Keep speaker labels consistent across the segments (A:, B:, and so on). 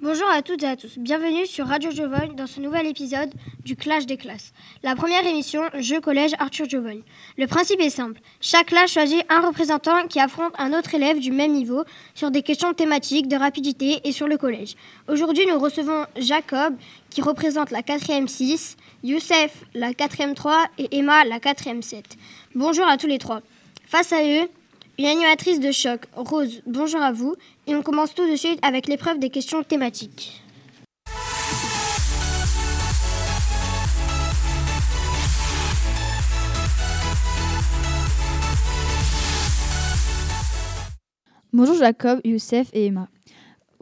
A: Bonjour à toutes et à tous. Bienvenue sur Radio Jovogne dans ce nouvel épisode du Clash des classes. La première émission, Jeu collège Arthur Jovogne. Le principe est simple. Chaque classe choisit un représentant qui affronte un autre élève du même niveau sur des questions thématiques, de rapidité et sur le collège. Aujourd'hui, nous recevons Jacob qui représente la 4e 6, Youssef la 4e 3 et Emma la 4e 7. Bonjour à tous les trois. Face à eux, une animatrice de choc, Rose, bonjour à vous. Et on commence tout de suite avec l'épreuve des questions thématiques.
B: Bonjour Jacob, Youssef et Emma.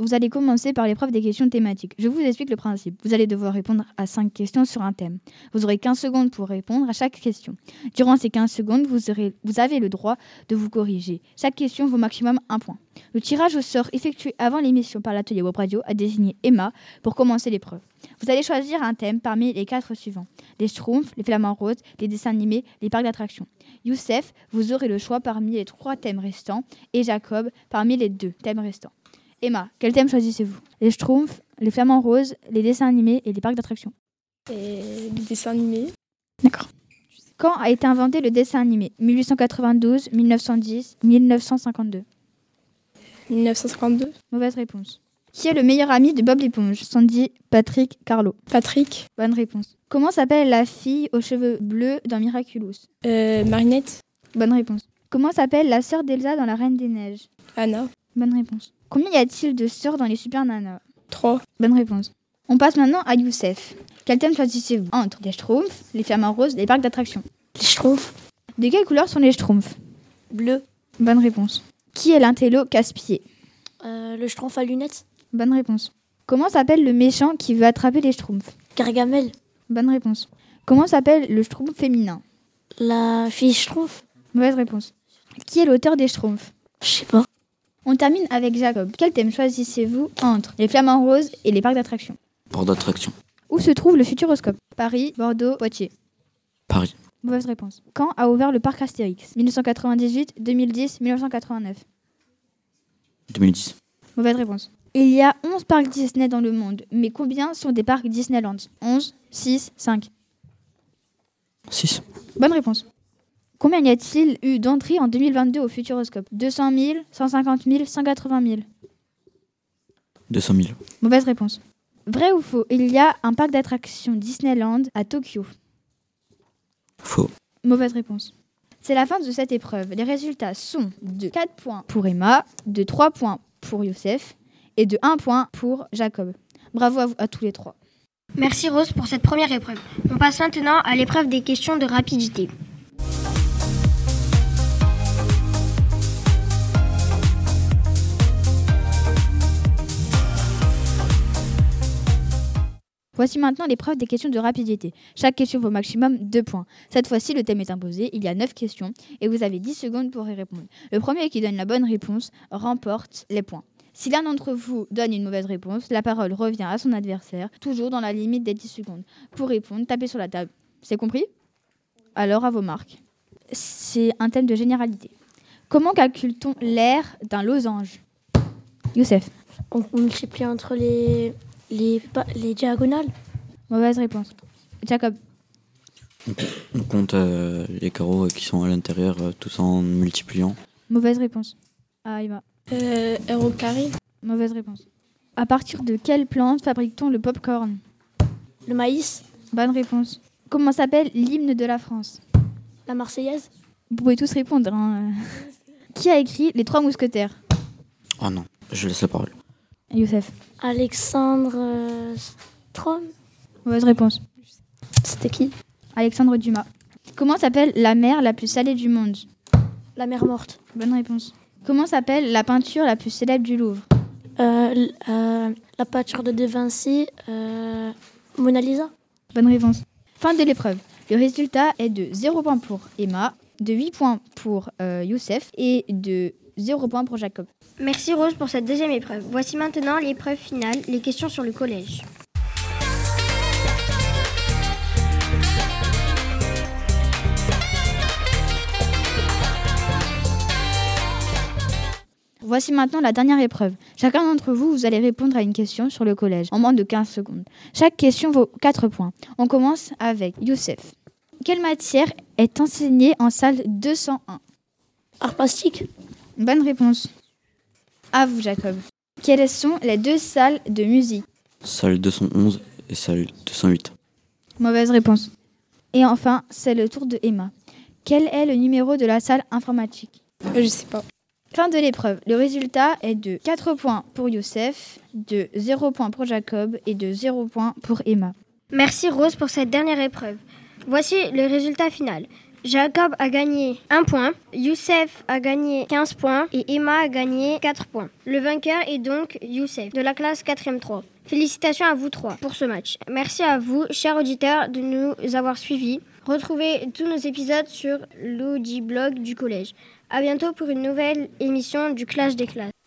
B: Vous allez commencer par l'épreuve des questions thématiques. Je vous explique le principe. Vous allez devoir répondre à 5 questions sur un thème. Vous aurez 15 secondes pour répondre à chaque question. Durant ces 15 secondes, vous, aurez- vous avez le droit de vous corriger. Chaque question vaut maximum un point. Le tirage au sort effectué avant l'émission par l'atelier Web Radio a désigné Emma pour commencer l'épreuve. Vous allez choisir un thème parmi les quatre suivants. Les schtroumpfs, les flamants roses, les dessins animés, les parcs d'attractions. Youssef, vous aurez le choix parmi les trois thèmes restants et Jacob parmi les deux thèmes restants. Emma, quel thème choisissez-vous Les schtroumpfs, les flamants roses, les dessins animés et les parcs d'attractions.
C: Et les dessins animés.
B: D'accord. Quand a été inventé le dessin animé 1892, 1910, 1952
C: 1952.
B: Mauvaise réponse. Qui est le meilleur ami de Bob l'éponge Sandy, Patrick, Carlo.
C: Patrick.
B: Bonne réponse. Comment s'appelle la fille aux cheveux bleus dans Miraculous
C: Euh, Marinette.
B: Bonne réponse. Comment s'appelle la sœur d'Elsa dans La Reine des Neiges
C: Anna.
B: Bonne réponse. Combien y a-t-il de sœurs dans les Super Nanas
C: 3.
B: Bonne réponse. On passe maintenant à Youssef. Quel thème choisissez-vous Entre les schtroumpfs, les flamants roses, les parcs d'attractions.
C: Les Schtroumpfs.
B: De quelle couleur sont les schtroumpfs
D: Bleu.
B: Bonne réponse. Qui est l'intello casse-pied
D: Euh, le schtroumpf à lunettes.
B: Bonne réponse. Comment s'appelle le méchant qui veut attraper les schtroumpfs
D: Gargamel.
B: Bonne réponse. Comment s'appelle le schtroumpf féminin
D: La fille schtroumpf.
B: Mauvaise réponse. Qui est l'auteur des schtroumpfs
D: Je sais pas.
B: On termine avec Jacob. Quel thème choisissez-vous entre les flamants roses et les parcs d'attractions
E: Port d'attraction.
B: Où se trouve le futuroscope Paris, Bordeaux, Poitiers.
E: Paris.
B: Mauvaise réponse. Quand a ouvert le parc Astérix 1998, 2010, 1989.
E: 2010.
B: Mauvaise réponse. Il y a 11 parcs Disney dans le monde, mais combien sont des parcs Disneyland 11, 6, 5.
E: 6.
B: Bonne réponse. Combien y a-t-il eu d'entrées en 2022 au Futuroscope 200 000, 150 000, 180 000.
E: 200 000.
B: Mauvaise réponse. Vrai ou faux Il y a un parc d'attractions Disneyland à Tokyo.
E: Faux.
B: Mauvaise réponse. C'est la fin de cette épreuve. Les résultats sont de 4 points pour Emma, de 3 points pour Youssef et de 1 point pour Jacob. Bravo à, vous- à tous les trois.
A: Merci Rose pour cette première épreuve. On passe maintenant à l'épreuve des questions de rapidité.
B: Voici maintenant l'épreuve des questions de rapidité. Chaque question vaut maximum 2 points. Cette fois-ci, le thème est imposé. Il y a 9 questions et vous avez 10 secondes pour y répondre. Le premier qui donne la bonne réponse remporte les points. Si l'un d'entre vous donne une mauvaise réponse, la parole revient à son adversaire, toujours dans la limite des 10 secondes. Pour répondre, tapez sur la table. C'est compris Alors à vos marques. C'est un thème de généralité. Comment calcule-t-on l'air d'un losange Youssef,
D: On, on multiplie entre les, les, pa- les diagonales.
B: mauvaise réponse. Jacob,
E: On compte euh, les carreaux euh, qui sont à l'intérieur, euh, tous en multipliant.
B: mauvaise réponse. Ah, Emma.
C: Euh, R au carré.
B: Mauvaise réponse. À partir de quelle plante fabrique-t-on le popcorn
D: Le maïs.
B: Bonne réponse. Comment s'appelle l'hymne de la France
D: La marseillaise.
B: Vous pouvez tous répondre. hein. Qui a écrit Les Trois Mousquetaires
E: Oh non, je laisse la parole.
B: Youssef.
D: Alexandre euh, Strom.
B: Mauvaise réponse.
D: C'était qui
B: Alexandre Dumas. Comment s'appelle la mer la plus salée du monde
D: La mère morte.
B: Bonne réponse. Comment s'appelle la peinture la plus célèbre du Louvre
D: Euh, l- euh, la peinture de De Vinci. euh, Mona Lisa.
B: Bonne réponse. Fin de l'épreuve. Le résultat est de 0 points pour Emma, de 8 points pour euh, Youssef et de 0 points pour Jacob.
A: Merci Rose pour cette deuxième épreuve. Voici maintenant l'épreuve finale, les questions sur le collège.
B: Voici maintenant la dernière épreuve. Chacun d'entre vous, vous allez répondre à une question sur le collège en moins de 15 secondes. Chaque question vaut 4 points. On commence avec Youssef. Quelle matière est enseignée en salle 201
D: Art plastique
B: Bonne réponse. À vous, Jacob. Quelles sont les deux salles de musique
E: Salle 211 et salle 208.
B: Mauvaise réponse. Et enfin, c'est le tour de Emma. Quel est le numéro de la salle informatique
C: Je sais pas.
B: Fin de l'épreuve. Le résultat est de 4 points pour Youssef, de 0 points pour Jacob et de 0 points pour Emma.
A: Merci Rose pour cette dernière épreuve. Voici le résultat final. Jacob a gagné 1 point, Youssef a gagné 15 points et Emma a gagné 4 points. Le vainqueur est donc Youssef de la classe 4e 3. Félicitations à vous trois pour ce match. Merci à vous, chers auditeurs, de nous avoir suivis. Retrouvez tous nos épisodes sur l'audiblog du collège. À bientôt pour une nouvelle émission du Clash des classes.